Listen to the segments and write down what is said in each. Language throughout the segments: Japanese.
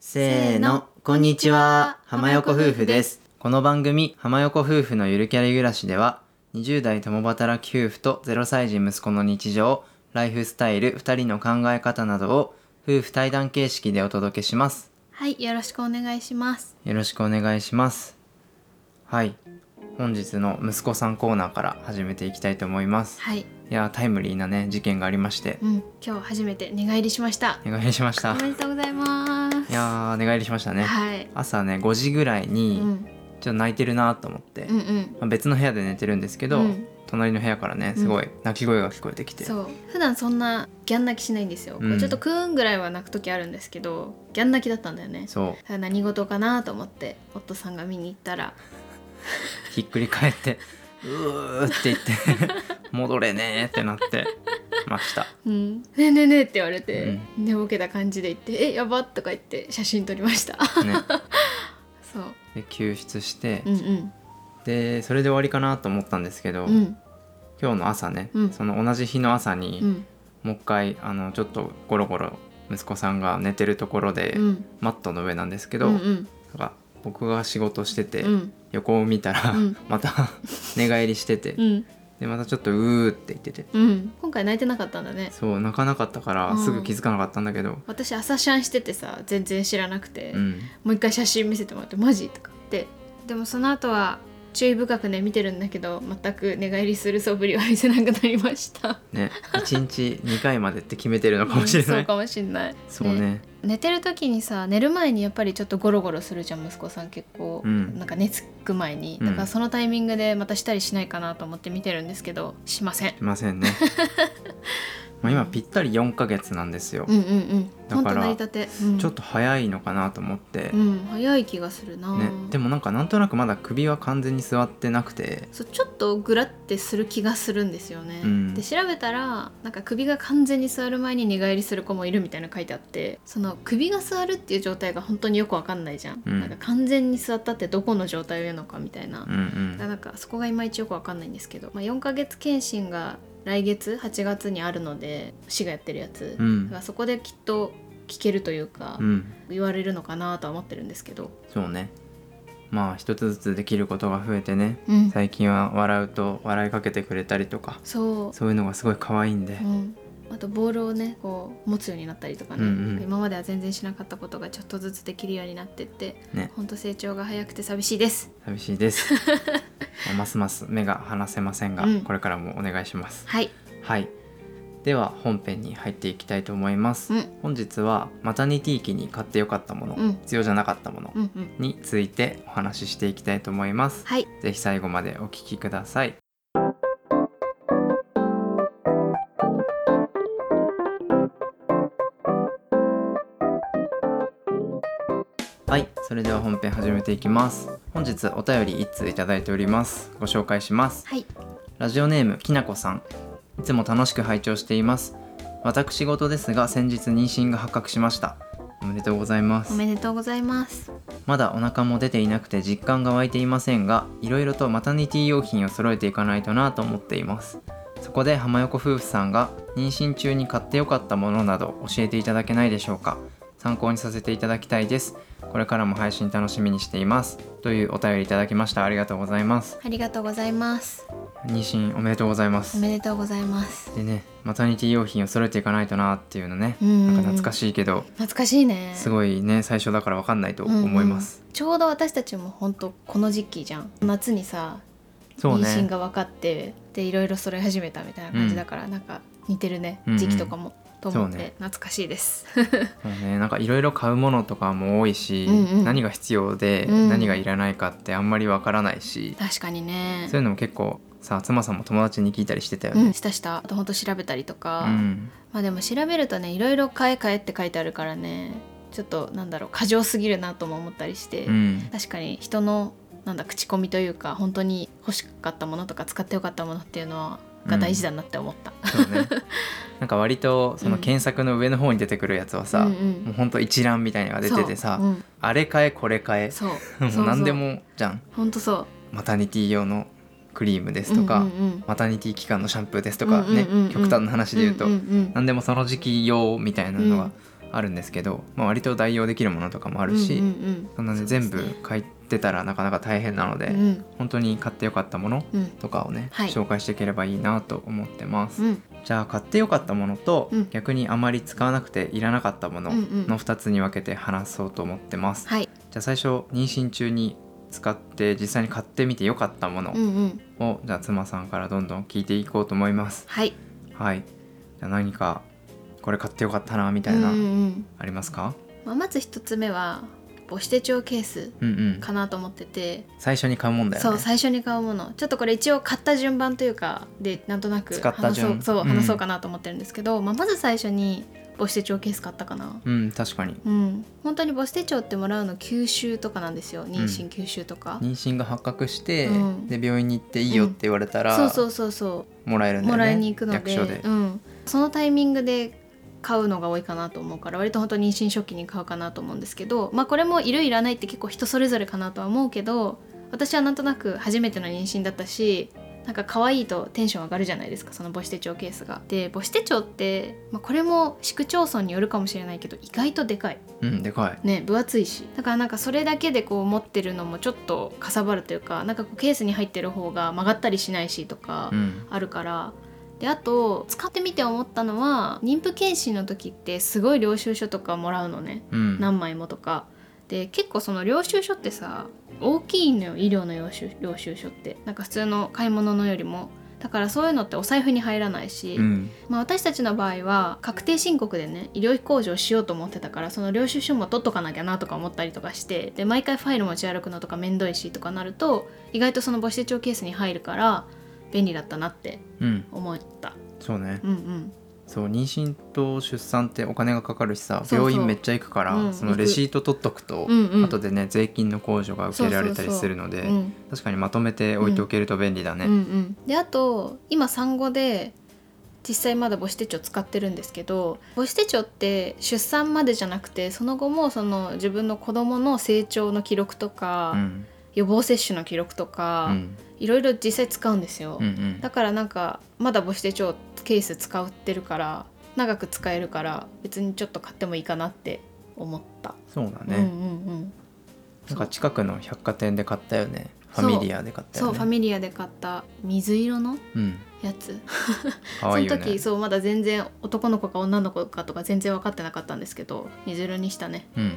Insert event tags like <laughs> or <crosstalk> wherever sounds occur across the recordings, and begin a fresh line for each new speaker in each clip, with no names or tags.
せーの、こんにちは、浜横夫婦です。この番組、浜横夫婦のゆるキャリ暮らしでは、20代共働き夫婦と0歳児息子の日常、ライフスタイル、2人の考え方などを、夫婦対談形式でお届けします。
はい、よろしくお願いします。
よろしくお願いします。はい、本日の息子さんコーナーから始めていきたいと思います。
はい、
いやー、タイムリーなね、事件がありまして、
うん、今日初めて寝返りしました。
寝返りしまし
お
た。
めでとうございます。
いやー、寝返りしましたね。
はい、
朝ね、5時ぐらいに、
うん、
ちょっと泣いてるなと思って、
うん、う
ま
ん。
あ別の部屋で寝てるんですけど、
うん
隣の部屋からねすごい泣き声が聞こえてきて、
そう、普段そんなギャン泣きしないんですよ。こ
うん
うちょっとクーンぐらいは泣く時あるんですけど、ギャン泣きだったんだよね。
そう
だから何事かなと思って、夫さんが見に行ったら、
ひっくり返って「うー」って言 <laughs> って「戻れねー」ってなってました
うん、ねえねえねえって言われて、寝ぼけた感じで言って、え、やばっとか言って写真撮りました。
ね
そう、
で救出して、
うん、うん、
でそれで終わりかなと思ったんですけど、
うん、
今日の朝ね、
うん
その同じ日の朝に、
うん、
もう一回あのちょっとゴロゴロ息子さんが寝てるところで、
うん、
マットの上なんですけ
う
ど、
ん、
なんか僕が仕事してて、
うん、
横を見たら、
うん
<laughs> また寝返りしてて、
うん。
でまたちょっと「うー」って言ってて
うん、今回泣いてなかったんだね
そう泣かなかったから
うん
すぐ気づかなかったんだけど、
私朝シャンしててさ全然知らなくて、
うん
もう一回写真見せてもらってマジとか言ってでもその後は注意深くね見てるんだけど全く寝返りする素振りは見せなくなりました
ね1日2回までって決めてるのかもしれな
うんそう
い、
かもしれない
そうね
寝てる時にさ寝る前にやっぱりちょっとゴロゴロするじゃん息子さん結構、
うん
なんか寝つく前に
うん
だからそのタイミングでまたしたりしないかなと思って見てるんですけどしません
しません
<laughs>
ねまあ今ぴったり4ヶ月なんですよ、
うんうんうん
だ
ほん
か
と
ら
成り立て、うん
ちょっと早いのかなと思って
う、ん早い気がするな、
ね、でもなんかなんとなくまだ首は完全に座ってなくて
そうちょっとグラってする気がするんですよね、
うん
で調べたらなんか首が完全に座る前に寝返りする子もいるみたいなの書いてあってその首が座るっていう状態が本当によくわかんないじゃん、
うん
なんか完全に座ったってどこの状態を言うのかみたいな、
うんう
だから
ん
なんかそこがいまいちよくわかんないんですけど、まあ、4ヶ月検診が来月8月にあるので市がやってるやつ、
う
だか
ん
らそこできっと聞けるというか、
うん
言われるのかなとは思ってるんですけど、
そうねまあ一つずつできることが増えてね
うん
最近は笑うと笑いかけてくれたりとか
そう
そういうのがすごい可愛いんで、
うん、あとボールをねこう持つようになったりとかね、
うんうん
今までは全然しなかったことがちょっとずつできるようになってって
ね
ほんと成長が早くて寂しいです
寂しいです <laughs> まあますます目が離せませんが、
うん
これからもお願いします
はい、
はいでは本編に入っていきたいと思います、
うん
本日はマタニティ期に買ってよかったもの、
うん
必要じゃなかったもの
うんうん、
についてお話ししていきたいと思います
はい
ぜひ最後までお聞きください。はい、それでは本編始めていきます。本日お便り一通いただいております。ご紹介します。
はい
ラジオネームきなこさん。いつも楽しく拝聴しています。私事ですが先日妊娠が発覚しました。おめでとうございます
お。めでとうございます
まだお腹も出ていなくて実感が湧いていませんがいろいろとマタニティ用品を揃えていかないとなと思っていますそこで浜横夫婦さんが妊娠中に買ってよかったものなど教えていただけないでしょうか参考にさせていただきたいですこれからも配信楽しみにしていますというお便りいただきましたありがとうございます
ありがとうございます
妊娠おめでとうございま
お
す
めでとうございます
でねマタニティ用品を揃えていかないとなっていうのね
うん
なんか懐かしいけど
懐かしいね
す
い
ごいね最初だからわかんないと思います、
ちょうど私たちも本当この時期じゃん夏にさ、
そう
妊
ね
娠が分かってでいろいろ揃い始めたみたいな感じだから、なんか似てるね
うんうん
時期とかも、と思っ
そうね
て懐かしいです
そうね、なんかいろいろ買うものとかも多いし、
うんうん
何が必要で
うん
何がいらないかってあんまりわからないし、
確かにね
そういうのも結構さ妻さんも友達に聞いたりしてたよ
うん
ね。
したしたあとほんと調べたりと
う
か、
ん
まあでも調べるとねいろいろ買え買えって書いてあるからねちょっとなんだろう過剰すぎるなとも思ったりして、
うん
確かに人のなんだ口コミというか本当に欲しかったものとか使ってよかったものっていうのが大事だなって思った、
そう
<laughs>
ね、なんか割とその
うん
検索の上の方に出てくるやつはさ、
うんうん
もうほんと一覧みたいなのが出ててさ、
そう,、うん、
あれ買えこれ買え
そう
<laughs> もう何で
そう
もじゃん
そうほんとそ
マタニティ用のクリームで
う
すとか、
うんうんうん
マタニティ期間のシャンプーですとか
うんうん
ね、
うんうん
極端な話で言うと、
うんうんうん
何でもその時期用みたいなの
う
が
ん
あるんですけど、まあ、割と代用できるものとかもあるし、
うん
そんなね
そうです
全
ね
部書いてたらなかなか大変なので、
うんうん
本当に買ってよかったもの
うん
とかをね、
はい
紹介していければいいなと思ってます、
うん
じゃあ買ってよかったものと、
うん
逆にあまり使わなくていらなかったもの
うんうん
の2つに分けて話そうと思ってます、
はい
じゃあ最初妊娠中に使って実際に買ってみてよかったもの
うんうん
を、じゃあ妻さんからどんどん聞いていこうと思います
はい
はいじゃあ何かこれ買ってよかったなみたい
うん
な、
うん
ありますか
まあ、まず一つ目は母子手帳ケース
うんうん
かなと思ってて、
最初に買うもんだよね
そう最初に買うものちょっとこれ一応買った順番というかでなんとなく
使った
話そ
順
うそう
うん
話そうかなと思ってるんですけど、まあ、まず最初に母子手帳ケース買ったかな
うん確かに
うん本当に母子手帳ってもらうの九週とかなんですよ妊娠九週とか、
妊娠が発覚して、
うん
で病院に行っていいよって言われたら、
そうそうそうそ
もらえる
うん
だよね
もらいに行くの
役
で
所で、
うん、そのタイミングで買うのが多いかなと思うから割と本当に妊娠初期に買うかなと思うんですけどまあこれもいるいらないって結構人それぞれかなとは思うけど私はなんとなく初めての妊娠だったしなんか可愛いとテンション上がるじゃないですかその母子手帳ケースが。で母子手帳って、まあ、これも市区町村によるかもしれないけど意外とでかい。
うんでかい
ね分厚いしだからなんかそれだけでこう持ってるのもちょっとかさばるというかなんかこうケースに入ってる方が曲がったりしないしとか
うん
あるから、であと使ってみて思ったのは妊婦検診の時ってすごい領収書とかもらうのね
うん
何枚もとかで結構その領収書ってさ大きいのよ医療の領収領収書ってなんか普通の買い物のよりもだからそういうのってお財布に入らないし、
うん
まあ、私たちの場合は確定申告でね医療費控除をしようと思ってたからその領収書も取っとかなきゃなとか思ったりとかしてで毎回ファイル持ち歩くのとかめんどいしとかなると意外とその母子手帳ケースに入るから便利だったなって
うん
思った
そうね
うんうん
そう妊娠と出産ってお金がかかるしさ
そうそう
病院めっちゃ行くから、
うん
そのレシート取っとくと、
うんうん
後でね税金の控除が受けられたりするので
うん
確かにまとめて置いておけると便利だ
うんう
ね
ん、であと今産後で実際まだ母子手帳使ってるんですけど母子手帳って出産までじゃなくてその後もその自分の子供の成長の記録とか、
うん
予防接種の記録とか、
うん
いろいろ実際使うんですよ、
うんうん
だからなんかまだ母子手帳ケース使ってるから長く使えるから別にちょっと買ってもいいかなって思った、
そうだ
うんう
ね
んうん
なんか近くの百貨店で買ったよねファミリアで買った
そう
よ
ファ
ね
ミリアで買った水色の
うん
やつ
可愛いよ
その時
ね
そうまだ全然男の子か女の子かとか全然分かってなかったんですけど水色にしたね、
うん
うん、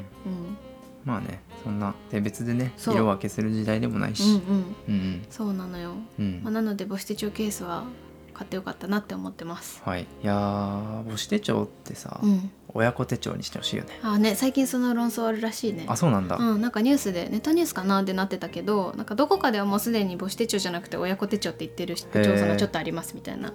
まあねそんなで別でね
そう
色分けする時代でもない
うん
し
うん
うん
そうなのよ、
うん
まあ、なので母子手帳ケースは買ってよかったなって思ってます
はいいやー母子手帳ってさ
うん
親子手帳にしてほしいよね
あね最近その論争あるらしいね
あそうなんだ
うん、なんかニュースでネットニュースかなってなってたけどなんかどこかではもうすでに母子手帳じゃなくて親子手帳って言ってる市区町村がちょっとありますみたいな。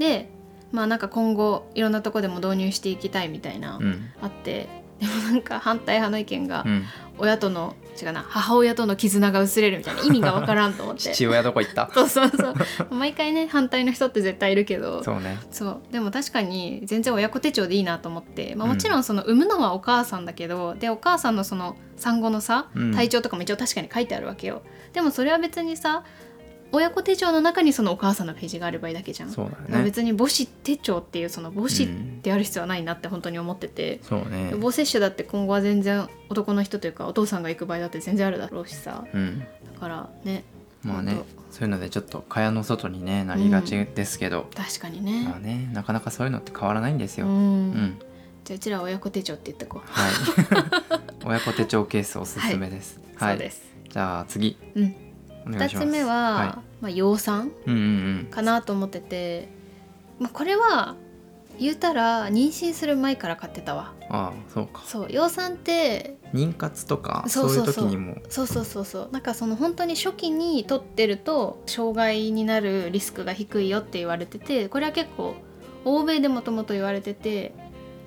でまあなんか今後いろんなとこでも導入していきたいみたいな、
うん
あってでもなんか反対派の意見が
うん
親との違うな母親との絆が薄れるみたいな意味がわからんと
<laughs>
思って。
父親どこ行った
そうそうそう毎回ね反対の人って絶対いるけど
そうね
そうでも確かに全然親子手帳でいいなと思って、まあ、
うん
もちろんその産むのはお母さんだけど、でお母さんのその産後のさ
うん
体調とかも一応確かに書いてあるわけよ、でもそれは別にさ親子手帳の中にそのお母さんのページがあればいいだけじゃん、
そうだよ
だから
ね
別に母子手帳っていうその母子ってある必要はないなって本当に思ってて、
そうね
予防接種だって今後は全然男の人というかお父さんが行く場合だって全然あるだろうしさ
うん
だからね
まあ
ほ
ね
んと
そういうのでちょっと蚊帳の外にねなりがちですけど、
確かにね、
まあねなかなかそういうのって変わらないんです
う、
よ、うんん
じゃあうちらは親子手帳って言ってこう、 <laughs>
はい親子手帳ケースおすすめです、はい
そうです
じゃあ次、
うん
お願
2
いしま
つ
す
目は、
は
まあ、養蚕
い、うんうん
かなと思ってて、まあ、これは言うたら妊娠する前から買ってたわ
うんああそうか
そう養蚕って
妊活とか
そ
そうう
そうそう
いう時にも
そうそうそうそうなんかその本当に初期に取ってると障害になるリスクが低いよって言われててこれは結構欧米でもともと言われてて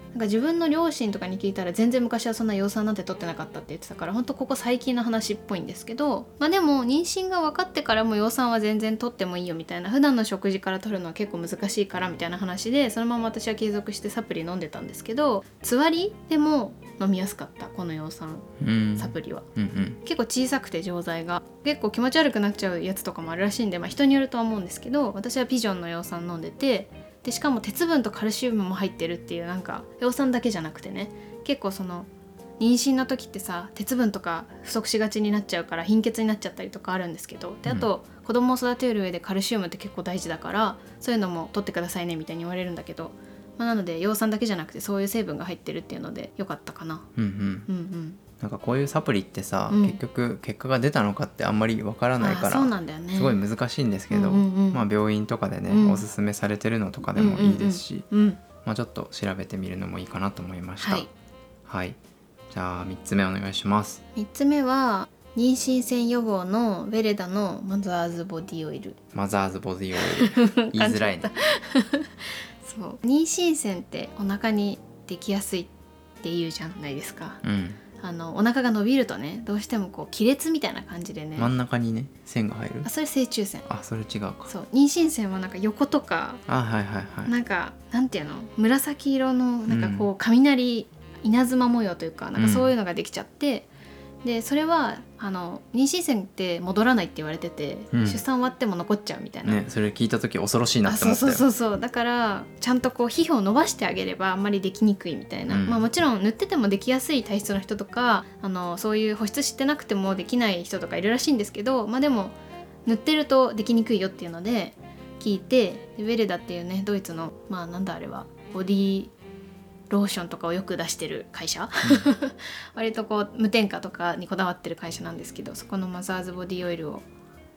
なんか自分の両親とかに聞いたら全然昔はそんな養蚕なんて取ってなかったって言ってたから本当ここ最近の話っぽいんですけどまあでも妊娠が分かってからも養蚕は全然取ってもいいよみたいな普段の食事から取るのは結構難しいからみたいな話でそのまま私は継続してサプリ飲んでたんですけどつわりでも飲みやすかったこの養蚕
うん
サプリは。
うんうん
結構小さくて錠剤が結構気持ち悪くなっちゃうやつとかもあるらしいんで、まあ、人によるとは思うんですけど私はピジョンの養蚕飲んでてでしかも鉄分とカルシウムも入ってるっていうなんか養酸だけじゃなくてね結構その妊娠の時ってさ鉄分とか不足しがちになっちゃうから貧血になっちゃったりとかあるんですけどで
う
あ
ん
と、子供を育てる上でカルシウムって結構大事だからそういうのも取ってくださいねみたいに言われるんだけど、まあ、なので養酸だけじゃなくてそういう成分が入ってるっていうのでよかったかな。
うんうん
うんうん、
なんかこういうサプリってさ、
うん
結局結果が出たのかってあんまりわからない
あ
か
ーそう
ら
なんだよね
すごい難しいんですけど、
うんうんうん
まあ、病院とかでね、
うん
おすすめされてるのとかでもいいですし、
うんうんうんうん
まあ、ちょっと調べてみるのもいいかなと思いました。
はい、
はい、じゃあ3つ目お願いします。
3つ目は妊娠線予防のウェレダのマザーズボディオイル
マザーズボディオイ
<laughs>
ル言いづらいね。
そう妊娠線ってお腹にできやすいって言うじゃないですか
うん、
あのお腹が伸びるとねどうしてもこう亀裂みたいな感じでね
真ん中にね線が入る
あ。それ正中線
あ、それ違うか。
そう妊娠線はなんか横とか
あ、はいはいはい。
なんかなんていうの紫色のなんかこう雷稲妻模様というかなんかそういうのができちゃって、でそれはあの妊娠線って戻らないって言われてて、
うん
出産終わっても残っちゃうみたいな、
ね、それ聞いた時恐ろしいなっ
あ
て
そ
思っ
う
た
そう
よ。
そうそうだからちゃんとこう皮膚を伸ばしてあげればあんまりできにくいみたいな、
うん
まあ、もちろん塗っててもできやすい体質の人とかあのそういう保湿してなくてもできない人とかいるらしいんですけど、まあ、でも塗ってるとできにくいよっていうので聞いてでウェレダっていうねドイツのまあなんだあれはボディローションとかをよく出してる会社、 <laughs> 割とこう無添加とかにこだわってる会社なんですけどそこのマザーズボディオイルを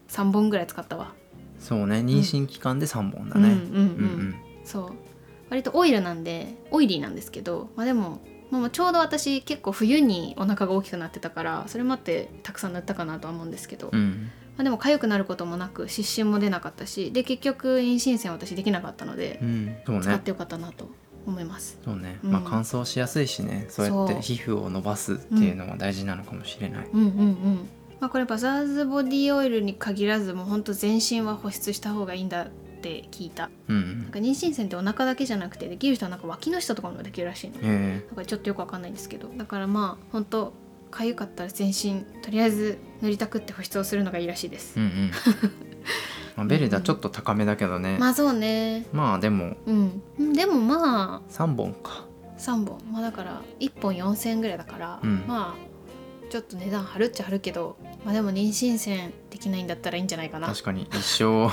3本ぐらい使ったわ。
そうね、妊娠期間で三本だね。
うんう
うん
んうんそう割とオイルなんでオイリーなんですけど、まあ、でも、まあ、ちょうど私結構冬にお腹が大きくなってたからそれもあってたくさん塗ったかなとは思うんですけど、
う
ま
ん、
あ、でも痒くなることもなく湿疹も出なかったしで結局妊娠線私できなかったので
うん、うん、そう
使っ
ね。
てよかったなと思います。
そうね、
うん
まあ乾燥しやすいしね、そうやって
そう
皮膚を伸ばすっていうのは大事なのかもしれない。
うんうんうんまあ、これバザーズボディオイルに限らずもうほんと全身は保湿した方がいいんだって聞いた
うん、う
なん
ん、
か妊娠線ってお腹だけじゃなくてできる人はなんか脇の下とかもできるらしいの
え
だからちょっとよくわかんないんですけどだからまあ本当かゆかったら全身とりあえず塗りたくって保湿をするのがいいらしいで
えう
す、
ん、
<laughs>
うん。まあ、ベレダちょっと高めだけどね。
まあそうね
まあ、でも
うんうんでもま
三本か。
あ3本まあだから1本4,000円ぐらいだから、
うん
まあちょっと値段張るっちゃ張るけどまあでも妊娠線できないんだったらいいんじゃないかな
確かに一生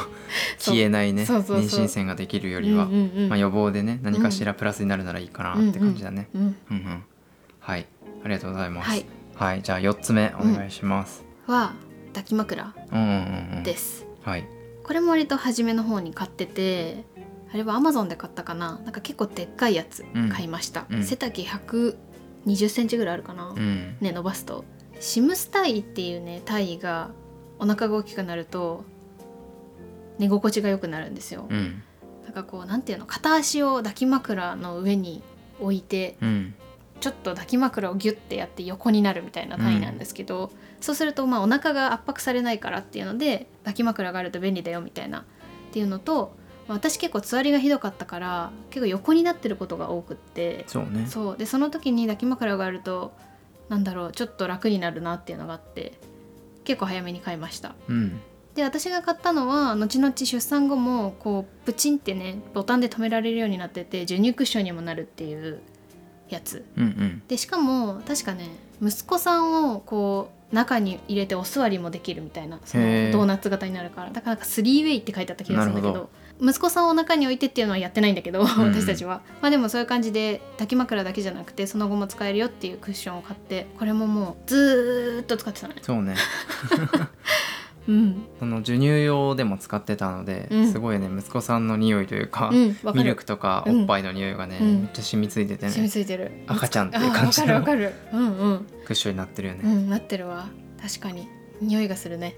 消えないね
そうそうそうそ
妊
う
娠線ができるよりは、
うんうんうん
まあ、予防でね何かしらプラスになるならいいかなって感じだね、
うん
うんうんはいありがとうございます
はい、
はいじゃあ4つ目お願いします、
は抱き枕
うん、うんうんうん
です、
はい
これも割と初めの方に買っててあれはアマゾンで買ったかななんか結構でっかいやつ
うん
買いました、
うん
背丈1 2 0ンチぐらいあるかな、
うん
ね伸ばすとシムスタイっていうね体位がお腹が大きくなると寝心地が良くなるんですよ、
うん
なんかこうなんていうの片足を抱き枕の上に置いて
うん
ちょっと抱き枕をギュッてやって横になるみたいな単位なんですけど、そうするとまあお腹が圧迫されないからっていうので抱き枕があると便利だよみたいなっていうのと、まあ私結構座りがひどかったから結構横になってることが多くって
そうね
そうでその時に抱き枕があるとなんだろうちょっと楽になるなっていうのがあって結構早めに買いました。
うん
で私が買ったのは後々出産後もこうプチンってねボタンで止められるようになってて授乳クッションにもなるっていうやつ
うんうん
でしかも確かね息子さんをこう中に入れてお座りもできるみたいなその
へー
ドーナツ型になるからだからなんかスリーウェイって書いてあった気がするんだけど
なる
息子さんを中に置いてっていうのはやってないんだけど、
うん
私たちはまあでもそういう感じで抱き枕だけじゃなくてその後も使えるよっていうクッションを買ってこれももうずーっと使ってたね
そうね <laughs>
うん
その授乳用でも使ってたので、
うん
すごいね息子さんの匂いというか、
うんわか
ミル
る
クとか
うん
おっぱいの匂いがね、
うん
めっちゃ染みついてて
染み
ね
ついてる
赤ちゃんっていう
あ
感
わ
じ
かるわ
の
かるうんうん
クッションになってるよね、
うんなってるわ確かに匂いがするね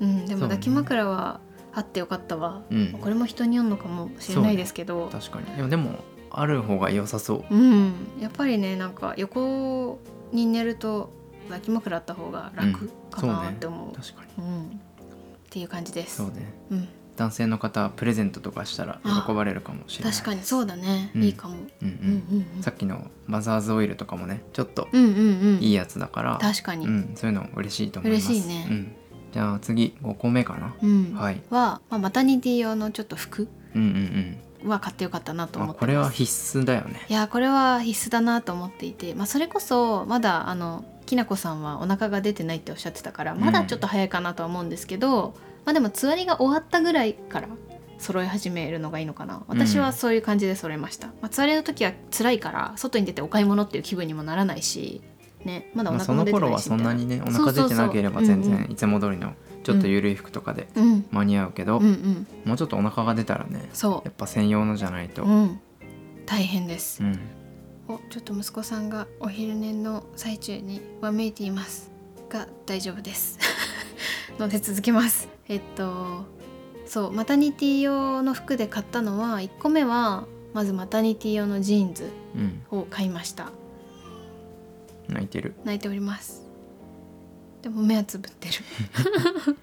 うんでも
そうね
抱き枕はあってよかったわ
うん、
<laughs>
うん
これも人によるのかもしれないですけど
確かにでもでもある方が良さそう
うんやっぱりねなんか横に寝ると抱き枕あった方が楽
う
か
んそう
な
ね
って思う,、うん
確かに
っていう感じです
そうね
うん、
男性の方はプレゼントとかしたら喜ばれるかもしれない
確かにそうだね、
うん
いいかも、
うんう
うん
んさっきのマザーズオイルとかもねちょっと
うんうんうんうんうん
いいやつだから、
確かに、
うんそういうの嬉しいと思います
嬉しいね
うんじゃあ次5個目かな
うん
はい
はまあ、マタニティ用のちょっと服
うんうん
は買ってよかったなと
うん
思
あ
っ
こ
てます
れは必須だよね
いやこれは必須だなと思っていて、まあ、それこそまだあのきなこさんはお腹が出てないっておっしゃってたから
うん
まだちょっと早いかなとは思うんですけど、まあ、でもつわりが終わったぐらいから揃い始めるのがいいのかな私はそういう感じで揃えました、まあ、つわりの時は辛いから外に出てお買い物っていう気分にもならないし、ね、まだお
まあ、
腹
そ
も
の
出て
頃
ない
は
し
そ
み
ん
た
ないにねお
そう
腹
そ
出
う
て
そう
なければ全
うん
然いつも通りのちょっと緩い服とかで
うんうん
間に合うけど、
うんうん
もうちょっとお腹が出たらね
そ
やっぱ専用のじゃないと、
う、うん、大変です
う、ん
おちょっと息子さんがお昼寝の最中にわめいていますが大丈夫です <laughs> ので続けますえっとそうマタニティ用の服で買ったのは1個目はまずマタニティ用のジーンズ
うん
を買いました
泣いてる
泣いておりますでも目はつぶってる <laughs>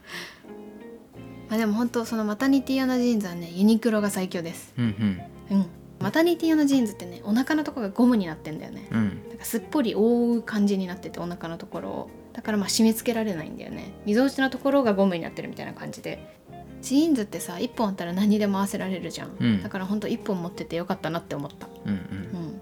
まあでも本当そのマタニティ用のジーンズはねユニクロが最強です
うん
うんマタニティ用のジーンズってねお腹のとこがゴムになってんだよね
うんうん
なんかすっぽり覆う感じになっててお腹のところをだからまあ締め付けられないんだよね溝落ちのところがゴムになってるみたいな感じでジーンズってさ1本あったら何にでも合わせられるじゃん、
うん
だからほんと1本持っててよかったなって思った
うんう
うんんっ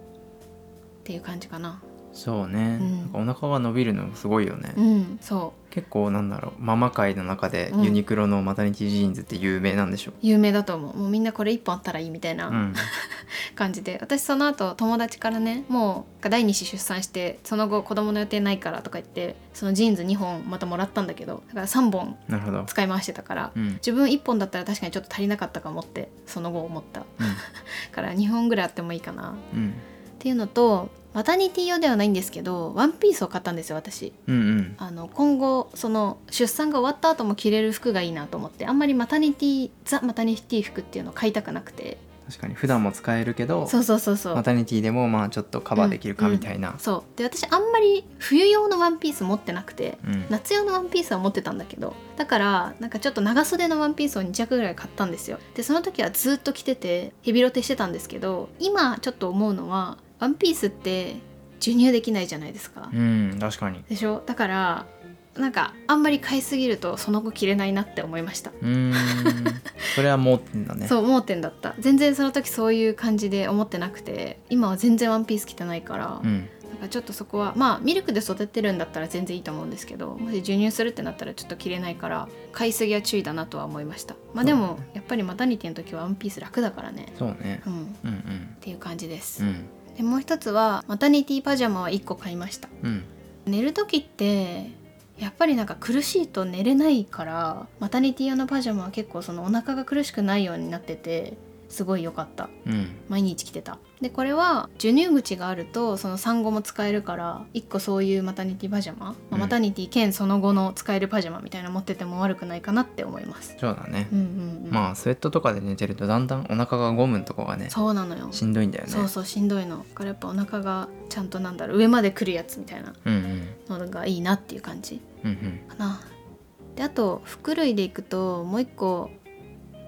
ていう感じかな
そうね、
うん
なんかお腹が伸びるのすごいよね、
うんそう
結構なんだろうママ界の中で
うん
ユニクロのマタニティジーンズって有名なんでしょ
有名だと思うもうみんなこれ1本あったらいいみたいうなん感じで、私その後友達からねもう第2子出産してその後子供の予定ないからとか言ってそのジーンズ2本またもらったんだけどだから3本
なるほ
<laughs>
ど
使い回してたから
うんうん
自分1本だったら確かにちょっと足りなかったかもってその後思ったから2本ぐらいあってもいいかな
うん
っていうのとマタニティ用ではないんですけどワンピースを買ったんですよ私
うんうん
あの今後その出産が終わった後も着れる服がいいなと思ってあんまりマタニティザ・マタニティ服っていうのを買いたくなくて
確かに普段も使えるけど
そうそうそうそう、
マタニティでもまあちょっとカバーできるかみたいな
そうで私あんまり冬用のワンピース持ってなくて
うん
夏用のワンピースは持ってたんだけどだからなんかちょっと長袖のワンピースを2着ぐらい買ったんですよでその時はずっと着ててヘビロテしてたんですけど今ちょっと思うのはワンピースって授乳できないじゃないですか、
うん、確かに
でしょだからなんかあんまり買いすぎるとその後着れないなって思いました、
うーんそれは盲点だね
そう盲点だった全然その時そういう感じで思ってなくて今は全然ワンピース着てないから、
うん
なんかちょっとそこはまあミルクで育てるんだったら全然いいと思うんですけどもし授乳するってなったらちょっと切れないから買いすぎは注意だなとは思いましたまあでも、やっぱりマタニティの時はワンピース楽だからね
そうね
うんっ
うん
ていう感じです、
うんうん
でもう一つはマタニティパジャマは1個買いました
うん
寝る時ってやっぱりなんか苦しいと寝れないからマタニティ用のパジャマは結構そのお腹が苦しくないようになっててすごい良かった
うん
毎日着てたでこれは授乳口があるとその産後も使えるから1個そういうマタニティパジャマ、まあ
うん
マタニティ兼その後の使えるパジャマみたいなの持ってても悪くないかなって思います
そうだね
うんうんうん、
まあスウェットとかで寝てるとだんだんお腹がゴムのとこがね
そうなのよ
しんどいんだよね
そうそうしんどいのだからやっぱお腹がちゃんとなんだろう上まで来るやつみたいな
うんうん
のがいいなっていう感じ
うんうん
かなであと服類でいくともう一個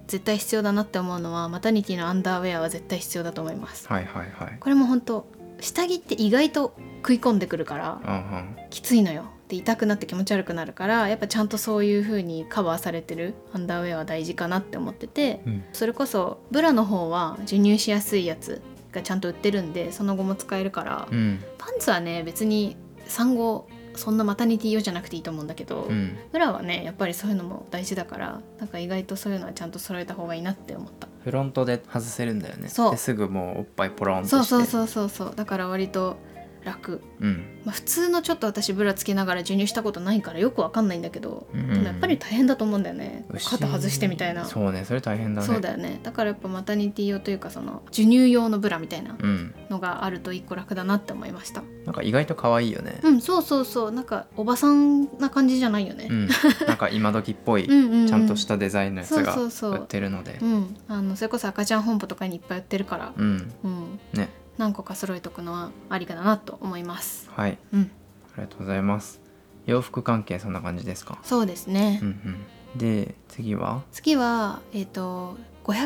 絶対必要だなって思うのはマタニティのアンダーウェアは絶対必要だと思います
はいはいはい
これも本当下着って意外と食い込んでくるから
うん
きついのよで痛くなって気持ち悪くなるからやっぱちゃんとそういう風にカバーされてるアンダーウェアは大事かなって思ってて
うん
それこそブラの方は授乳しやすいやつがちゃんと売ってるんでその後も使えるから、
うんうん
パンツはね別に産後そんなマタニティ用じゃなくていいと思うんだけど、
うん
裏はねやっぱりそういうのも大事だからなんか意外とそういうのはちゃんと揃えた方がいいなって思った
フロントで外せるんだよね
そう
ですぐもうおっぱいポロンとして
そうそうそうそうそうだから割と楽、
うん
まあ、普通のちょっと私ブラつけながら授乳したことないからよくわかんないんだけど、
うん
でもやっぱり大変だと思うんだよね
牛
肩外してみたいなそう,、
そうねそれ大変だね
だよねだからやっぱマタニティ用というかその授乳用のブラみたいな
うん
のがあると一個楽だなって思いました
なんか意外と可愛いよね
うんそうそうそうなんかおばさんな感じじゃないよね、
うんなんか今時っぽい
うん、うんうん
ちゃんとしたデザインのやつが
そうそうそう
売ってるので
うんあのそれこそ赤ちゃん本舗とかにいっぱい売ってるから
うん
うん、
ね
何個か揃えとくのはありかだなと思います。
はい
うん、
ありがとうございます洋服関係そんな感じですか
そうですね。
うんうんで次は
次はえっ、と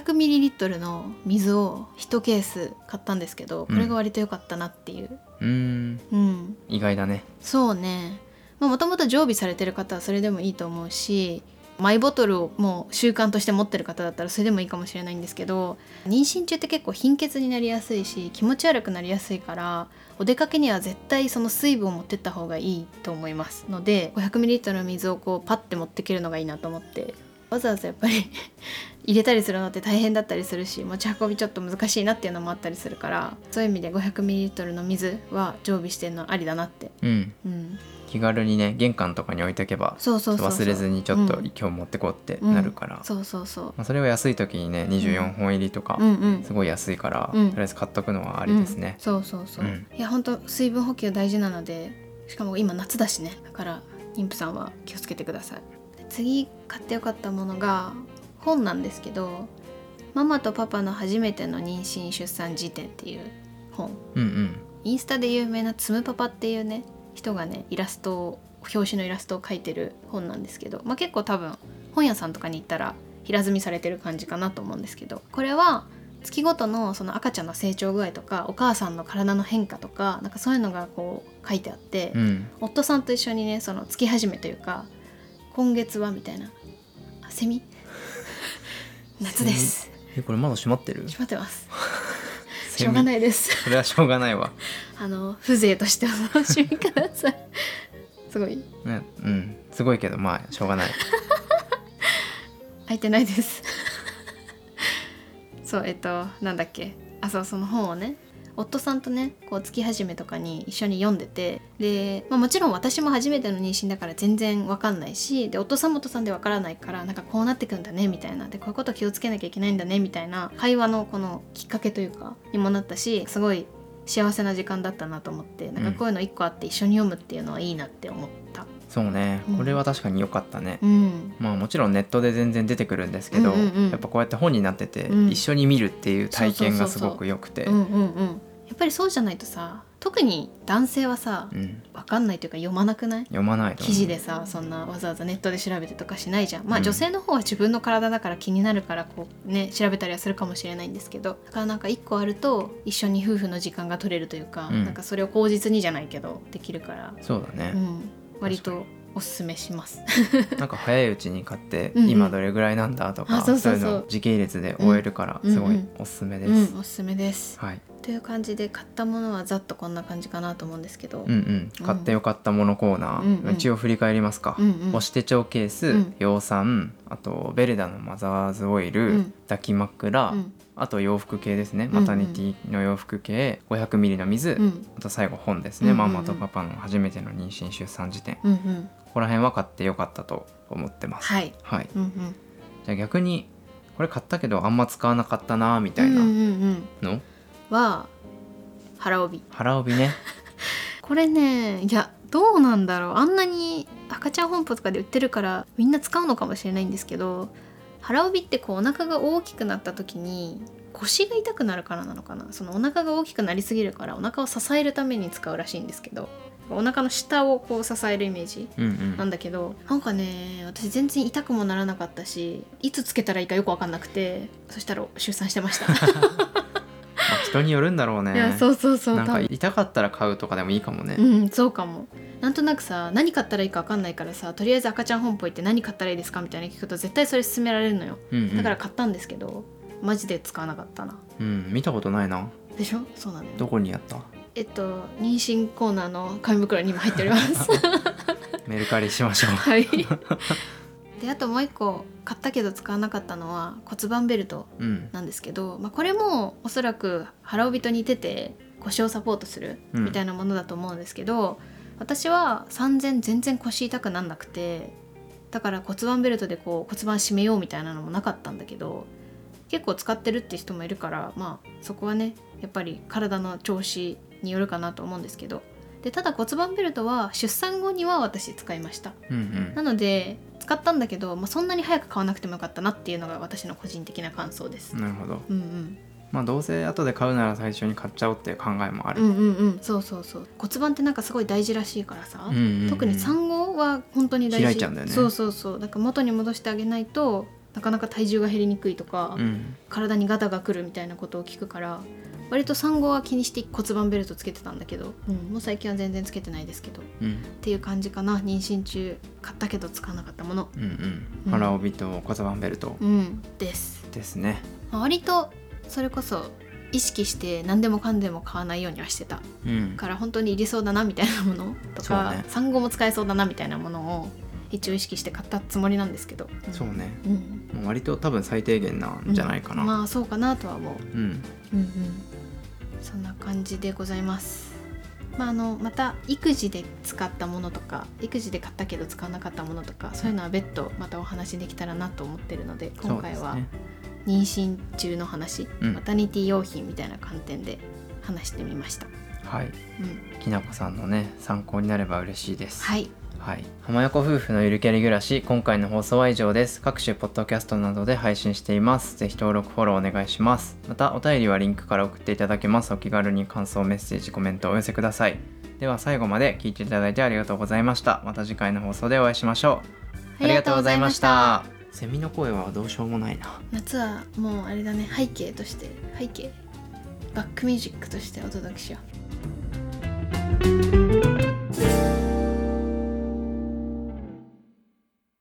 500ml の水を1ケース買ったんですけど、これが割と良かったなっていう。
うーん
うん、
意外だね
そうね。もともと常備されてる方はそれでもいいと思うしマイボトルをもう習慣として持ってる方だったらそれでもいいかもしれないんですけど妊娠中って結構貧血になりやすいし気持ち悪くなりやすいからお出かけには絶対その水分を持ってった方がいいと思いますので 500ml の水をこうパッて持ってけるのがいいなと思ってわざわざやっぱり <laughs> 入れたりするのって大変だったりするし持ち運びちょっと難しいなっていうのもあったりするからそういう意味で 500ml の水は常備してるのありだなって、
うん、
うん、
気軽にね玄関とかに置いとけば
そうそうそうそう
忘れずにちょっと、
うん
今日持ってこうってなるから、
そうそうそう
まあ、それは安い時にね24本入りとか、
うんうん
すごい安いから、
うん
とりあえず買っとくのはありです
うん
ね、
そうそうそう、
うん
いや本当水分補給大事なのでしかも今夏だしねだから妊婦さんは気をつけてくださいで次買ってよかったものが本なんですけど「ママとパパの初めての妊娠出産辞典」っていう本
うん、うん
インスタで有名なつむパパっていうね人がねイラストを表紙のイラストを描いてる本なんですけど、まあ、結構多分本屋さんとかに行ったら平積みされてる感じかなと思うんですけどこれは月ごとのその赤ちゃんの成長具合とかお母さんの体の変化とかなんかそういうのがこう書いてあって、
うんうん
夫さんと一緒にねその月始めというか今月はみたいなあセミ <laughs> 夏です
えこれ窓閉まってる
閉まっ
<laughs>
てます
セ
し
ミ
ょうがないです
それはしょうがないわ、
あの風情としてお楽しみください。すごい
ね、うんすごいけどまあしょうがない
開いてないです。そうえっとなんだっけあそうその本をね夫さんとねこう月始めとかに一緒に読んでてで、まあ、もちろん私も初めての妊娠だから全然わかんないしで夫さんも夫さんでわからないからなんかこうなってくんだねみたいなでこういうこと気をつけなきゃいけないんだねみたいな会話のこのきっかけというかにもなったしすごい幸せな時間だったなと思ってなんかこういうの一個あって一緒に読むっていうのはいいなって思った。
そうねこれは確かに良かったね、
うん、
まあもちろんネットで全然出てくるんですけど、
うんうんうん
やっぱこうやって本になってて、
うん
一緒に見るっていう体験がすごく良くて
うんうんうんやっぱりそうじゃないとさ特に男性はさ
うん
分かんないというか読まなくない
読まないと思
記
う
事でさそんなわざわざネットで調べてとかしないじゃんまあ
うん
女性の方は自分の体だから気になるからこうね調べたりはするかもしれないんですけどだからなんか一個あると一緒に夫婦の時間が取れるというか、
うん
なんかそれを口実にじゃないけどできるから、
そうだね、
うん、割とおすすめします。
なんか早いうちに買って
うんうん
今どれぐらいなんだとか、
あそうそうそう
いうのを時系列で終えるから
うん
すご
う
い
ん
おすすめです、
うん、おすすめです
はい、
という感じで買ったものはざっとこんな感じかなと思うんですけど、
うんうん、買ってよかったものコーナー、
うんうん
一応振り返りますか、
うんうん
母子手帳ケース、
うん
養蚕あとベルダのマザーズオイル、
うん
抱き枕、
うん
あと洋服系ですね
うんうん
マタニティの洋服系 500ml の水、
うん
あと最後本ですね、
うんうんうん
ママとパパの初めての妊娠出産時点
うんうん、
ここら辺は買ってよかったと思ってます、
はい、
はい、
うんうん、み
じゃあ逆にこれ買ったけどあんま使わなかったなみたいな
うんうんうん、
の
は腹帯
腹帯
<laughs>
ね
これねいやどうなんだろうあんなに赤ちゃん本舗とかで売ってるからみんな使うのかもしれないんですけど腹帯ってこうお腹が大きくなった時に腰が痛くなるからなのかなそのお腹が大きくなりすぎるからお腹を支えるために使うらしいんですけどお腹の下をこう支えるイメージ
うんう
なん
ん
だけどなんかね私全然痛くもならなかったしいつつけたらいいかよく分かんなくてそしたら出産してました。
まあ人によるんだろうね
いやそうそうそう
なん
多
か
分
痛かったら買うとかでもいいかもね、
うんそうかもなんとなくさ何買ったらいいか分かんないからさとりあえず赤ちゃん本舗行って何買ったらいいですかみたいなの聞くと絶対それ勧められるのよ
うんうん
だから買ったんですけど、マジで使わなかったな
うん、見たことないな
でしょそうなのよ
どこにやった
えっと妊娠コーナーの紙袋にも入っております
<laughs> メルカリしましょう
はいであともう一個買ったけど使わなかったのは骨盤ベルト <laughs>
うん
なんですけど、まあ、これもおそらく腹帯と似てて腰をサポートする
うん
みたいなものだと思うんですけど、私は産前全然腰痛くなんなくてだから骨盤ベルトでこう骨盤締めようみたいなのもなかったんだけど結構使ってるって人もいるからまあそこはねやっぱり体の調子によるかなと思うんですけどでただ骨盤ベルトは出産後には私使いました
うんうん
なので使ったんだけど、まあ、そんなに早く買わなくてもよかったなっていうのが私の個人的な感想です。
なるほど
うんうん、
まあどうせ後で買うなら最初に買っちゃおうっていう考えもあ
う
る、
んうんうんそうそうそう骨盤ってなんかすごい大事らしいからさ、
うんうんうん
特に産後は本当に大事
開いちゃうんだよね
そうそうそうだから元に戻してあげないとなかなか体重が減りにくいとか、
うん
体にガタが来るみたいなことを聞くから割と産後は気にして骨盤ベルトつけてたんだけど、うん、もう最近は全然つけてないですけどっ
うん
ていう感じかな妊娠中買ったけど使わなかったもの
うんうん
うん
腹帯と骨盤ベルト
うんです、
ですね
まあ、割とそれこそ意識して何でもかんでも買わないようにはしてた
うん
から本当にいりそうだなみたいなものとか、
そうね
産後も使えそうだなみたいなものを一応意識して買ったつもりなんですけど、ん
そうね
うん、
もう割と多分最低限なんじゃないかな、
うんまあそうかなとは思う
うん
うんうん、そんな感じでございます。まあ、あのまた育児で使ったものとか育児で買ったけど使わなかったものとかそういうのは別途またお話できたらなと思ってるので今回は
そうですね
妊娠中の話、
うん
マタニティ用品みたいな観点で話してみました。
はい
うん、
きなこさんのね参考になれば嬉しいです
はい、
はい、浜横夫婦のゆるキャリ暮らし今回の放送は以上です各種ポッドキャストなどで配信していますぜひ登録フォローお願いしますまたお便りはリンクから送っていただけますお気軽に感想メッセージコメントをお寄せくださいでは最後まで聞いていただいてありがとうございましたまた次回の放送でお会いしましょう
ありがとうございました。
セミの声はどうしようもないな
夏はもうあれだね背景として背景バックミュージックとしてお届けしよう。